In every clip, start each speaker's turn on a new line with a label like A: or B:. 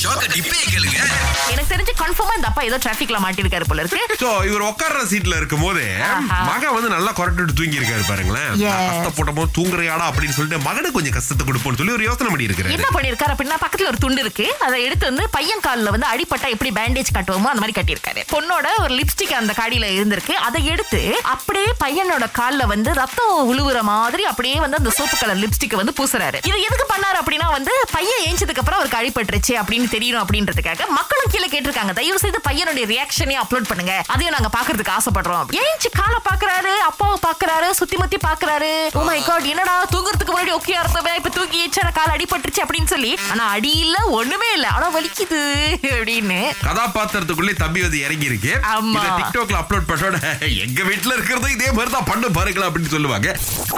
A: ஷோக்க டிப்பே கேளுங்க
B: எனக்கு தெரிஞ்சு கன்ஃபார்மா இந்த அப்பா ஏதோ டிராபிக்ல மாட்டிருக்காரு போல இருக்கு
C: சோ இவர் உட்கார்ற சீட்ல இருக்கும் போதே
B: ஆஹா.
C: மகன் வந்து நல்லா குரட்டுட்டு தூங்கி இருக்காரு பாருங்களேன்
B: Yes.
C: நான் கஷ்டப்படும் போது தூங்குறையாடா அப்படின்னு சொல்லிட்டு மகனுக்கு கொஞ்சம் கஷ்டத்தை கொடுப்போம்னு சொல்லி ஒரு யோசனை பண்ணி
B: என்ன
C: இருக்கிறாரு
B: பண்ணிருக்காரு அப்படின்னா பக்கத்துல ஒரு துண்டு இருக்கு அதை எடுத்து வந்து பையன் கால்ல வந்து அடிபட்டா எப்படி பேண்டேஜ் கட்டுவோமோ அந்த மாதிரி கட்டியிருக்காரு பொண்ணோட ஒரு லிப்ஸ்டிக் அந்த காடியில இருந்திருக்கு அதை எடுத்து அப்படியே பையனோட கால்ல வந்து ரத்தம் உழுவுற மாதிரி அப்படியே வந்து அந்த சோப்பு கலர் லிப்ஸ்டிக் வந்து பூசுறாரு இது எதுக்கு பண்ணாரு அப்படின்னா வந்து பையன் ஏஞ்சதுக்கு அப்புறம் அவருக்கு அடிபட்டுருச்சு அப்படின்னு தெரியணும் அப்படின்றதுக்காக மக்களும் கீழே கேட்டிருக்காங்க தயவு செய்து பையனுடைய ரியாக்ஷனையும் அப்லோட் பண்ணுங்க அதையும் நாங்க பாக்குறதுக்கு ஆசைப்படுறோம் ஏஞ்சி காலை பாக்குறாரு அப்பாவை பாக்குறாரு சுத்தி முத்தி பாக்குறாரு ஓ மை காட் என்னடா தூங்குறதுக்கு முன்னாடி ஓகே அர்த்தமே இப்ப தூங்கி ஏச்சா கால் அடிபட்டுருச்சு அப்படின்னு சொல்லி ஆனா அடி இல்ல ஒண்ணுமே இல்ல ஆனா வலிக்குது அப்படின்னு
C: கதாபாத்திரத்துக்குள்ளே தம்பி வந்து இறங்கி இருக்கு
B: ஆமா.
C: இதை டிக்டாக்ல அப்லோட் பண்ணோட எங்க வீட்டுல இருக்கிறது இதே மாதிரி தான் பண்ணு பாருங்களா அப்படின்னு சொல்லுவாங்க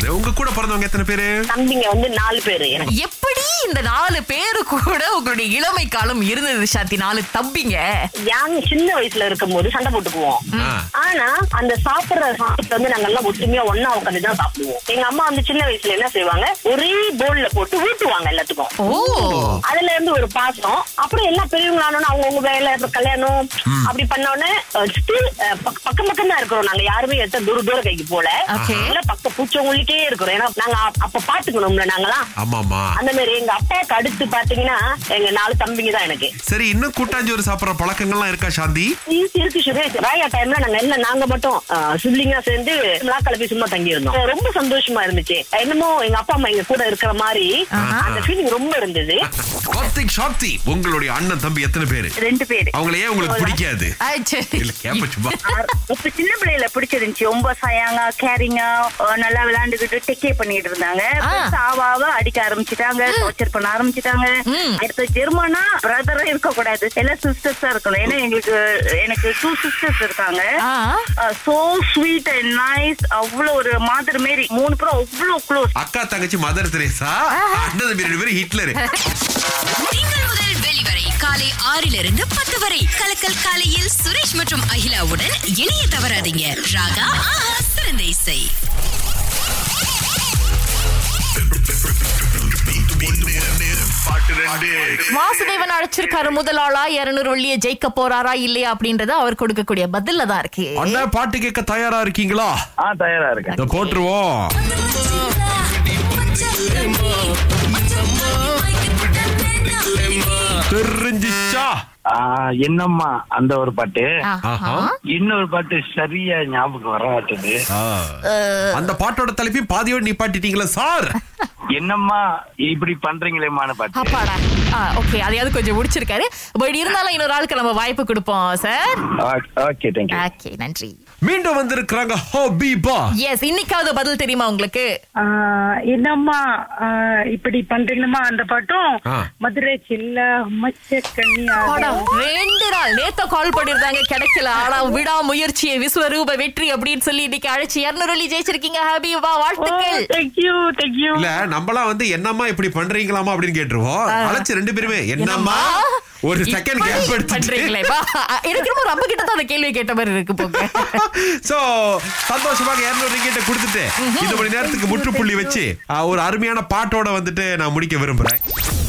C: இது உங்க கூட பிறந்தவங்க எத்தனை பேரு
D: தம்பிங்க வந்து நாலு பேரு எனக்கு
B: எப்படி இந்த நாலு பேரு கூட உங்களுடைய இளமை காலம் இருந்தது சாந்தி நாலு தம்பிங்க
D: யாங்க சின்ன வயசுல இருக்கும் போது சண்டை போட்டுக்குவோம்
C: ஆ.
D: ஆனா அந்த சாப்பிடுற சாப்பிட்டு வந்து நாங்க எல்லாம் ஒற்றுமையா ஒன்னா உட்காந்து தான் சாப்பிடுவோம் எங்க அம்மா வந்து சின்ன வயசுல என்ன செய்வாங்க ஒரே போல்ல போட்டு ஊட்டுவாங்க எல்லாத்துக்கும்
B: ஓ
D: அதுல இருந்து ஒரு பாசம் அப்புறம் எல்லாம் பெரியவங்களானோன்னு அவங்க உங்க வேலை அப்புறம் கல்யாணம் அப்படி பண்ணோடனே ஸ்டில் பக்கம் பக்கம் தான் இருக்கிறோம் நாங்க யாருமே எடுத்த தூர தூர கைக்கு போல
B: Okay.
D: எல்லாம் பக்க பூச்சவங்களுக்கே இருக்கிறோம் ஏன்னா நாங்க அப்- அப்ப பாத்துக்கணும்ல நாங்களாம்
C: ஆமாமா
D: அந்த மாதிரி எங்க அப்பாவுக்கு அடுத்து பாத்தீங்கன்னா எங்க நாலு தம்பிங்க தான் எனக்கு
C: சரி இன்னும் கூட்டாஞ்சோறு சாப்பிடுற பழக்கங்கள்லாம் இருக்கா சாந்தி
D: ஈஸி இருக்கு சுரேஷ் ராயா டைம்ல நாங்க எல்லாம் நாங்க மட்டும் சிப்ளிங்கா சேர்ந்து கலப்பி சும்மா தங்கி இருந்தோம் அஹ் ரொம்ப சந்தோஷமா இருந்துச்சு என்னமோ எங்க அப்பா அம்மா எங்க கூட இருக்கிற மாதிரி
B: ஆஹா.
D: அந்த ஃபீலிங் ரொம்ப இருந்தது
C: கார்த்திக் ஷாப்தி உங்களுடைய அண்ணன் தம்பி எத்தனை பேரு
E: ரெண்டு பேரு
C: அவங்களே உங்களுக்கு பிடிக்காது இல்ல கேப்ப சும்மா
E: இப்ப சின்ன பிள்ளையில பிடிச்சிருந்துச்சு ரொம்ப சயாங்கா கேரிங்கா அஹ் நல்லா விளையாண்டுகிட்டு டெக்கே பண்ணிட்டு இருந்தாங்க
B: ஆ.
E: பெருசா ஆவ ஆவ அடிக்க ஆரம்பிச்சிட்டாங்க டார்ச்சர் பண்ண ஆரம்பிச்சிட்டாங்க
B: ம்.
E: அடுத்த ஜெர்மனா பிரதரா இருக்க கூடாது எல்லாம் சிஸ்டர்ஸா இருக்கணும் ஏன்னா எங்களுக்கு எனக்கு டூ சிஸ்டர்ஸ் இருக்காங்க
B: ஆ.
E: சோ ஸ்வீட் அண்ட் நைஸ் அவ்வளவு ஒரு மாதர் மாரி மூணு பேரும் அவ்வளவு க்ளோஸ்
C: அக்கா தங்கச்சி மதர் தெரேசா அண்ணன் தம்பி ரெண்டு பேரும் ஹிட்லர்
F: திங்கள் முதல் வெளிவரை காலை ஆறிலிருந்து பத்து வரை கலக்கல் காலையில் சுரேஷ் மற்றும் அகிலாவுடன் இணைய தவறாதீங்க ராகா ஆஹா சிறந்த இசை
B: வாசுதேவன் அழைச்சிருக்காரு முதல் ஆளா இருநூறு வெள்ளியை ஜெயிக்க போறாரா இல்லையா அப்படின்றத அவர் கொடுக்கக்கூடிய பதில்ல தான் இருக்கு
C: அண்ணா பாட்டு கேட்க தயாரா இருக்கீங்களா
G: ஆ தயாரா இருக்கேன்
C: இத போட்டுருவோம் தெரிஞ்சிச்சா
G: ஆ, என்னம்மா அந்த ஒரு பாட்டு
B: ஆஹா.
C: ஆஹா.
G: இன்னொரு பாட்டு சரியா ஞாபகம் வர மாட்டேது
C: ஆ. அந்த பாட்டோட தலைப்பையும் பாதியோட நிப்பாட்டிட்டீங்களா சார்
G: என்னம்மா இப்படி பண்றீங்களேமான பாட்டு
B: அப்பாடா ஓகே அதையாவது கொஞ்சம் முடிச்சிருக்காரு பட் இருந்தாலும் இன்னொரு ஆளுக்கு நம்ம வாய்ப்பு கொடுப்போம் சார்
G: ஓகே தேங்க்யூ
B: ஓகே நன்றி
C: மீண்டும் வந்திருக்கிறாங்க ஹபீபா
B: எஸ் இன்னைக்காவது பதில் தெரியுமா உங்களுக்கு
H: ஆஹ் என்னம்மா ஆஹ் இப்படி பண்றீங்கம்மா அந்த பாட்டும்
C: ஆ.
H: மதுரை சில்ல மச்ச
B: அப்பாடா,
H: கண்ணி
B: ரெண்டு நாள் நேத்த கால் பண்ணிருந்தாங்க கிடைக்கல ஆனா விடா முயற்சியை விஸ்வரூப வெற்றி அப்படின்னு சொல்லி இன்னைக்கு அழைச்சு இருநூறு வெள்ளி ஜெயிச்சிருக்கீங்க ஹபீபா வாழ்த்துக்கள்
H: தேங்க்யூ தேங்க்யூ
C: இல்ல நம்மளா வந்து என்னம்மா இப்படி பண்றீங்களாமா அப்படின்னு கேட்டுருவோம் அழைச்சு ரெண்டு பேருமே என்னம்மா ஒரு செகண்ட்
B: இப்படி
C: கேப் எடுத்துட்டு
B: பண்றீங்களே வா. எனக்கு ரொம்ப ரொம்ப கிட்ட தான் அந்த கேள்வி கேட்ட மாதிரி இருக்கு போங்க
C: சோ சந்தோஷமாக இருநூறு ரிங்கெட்ட கொடுத்துட்டு இந்த மணி நேரத்துக்கு முற்றுப்புள்ளி வச்சு ஆ, ஒரு அருமையான பாட்டோட வந்துட்டு நான் முடிக்க விரும்புறேன்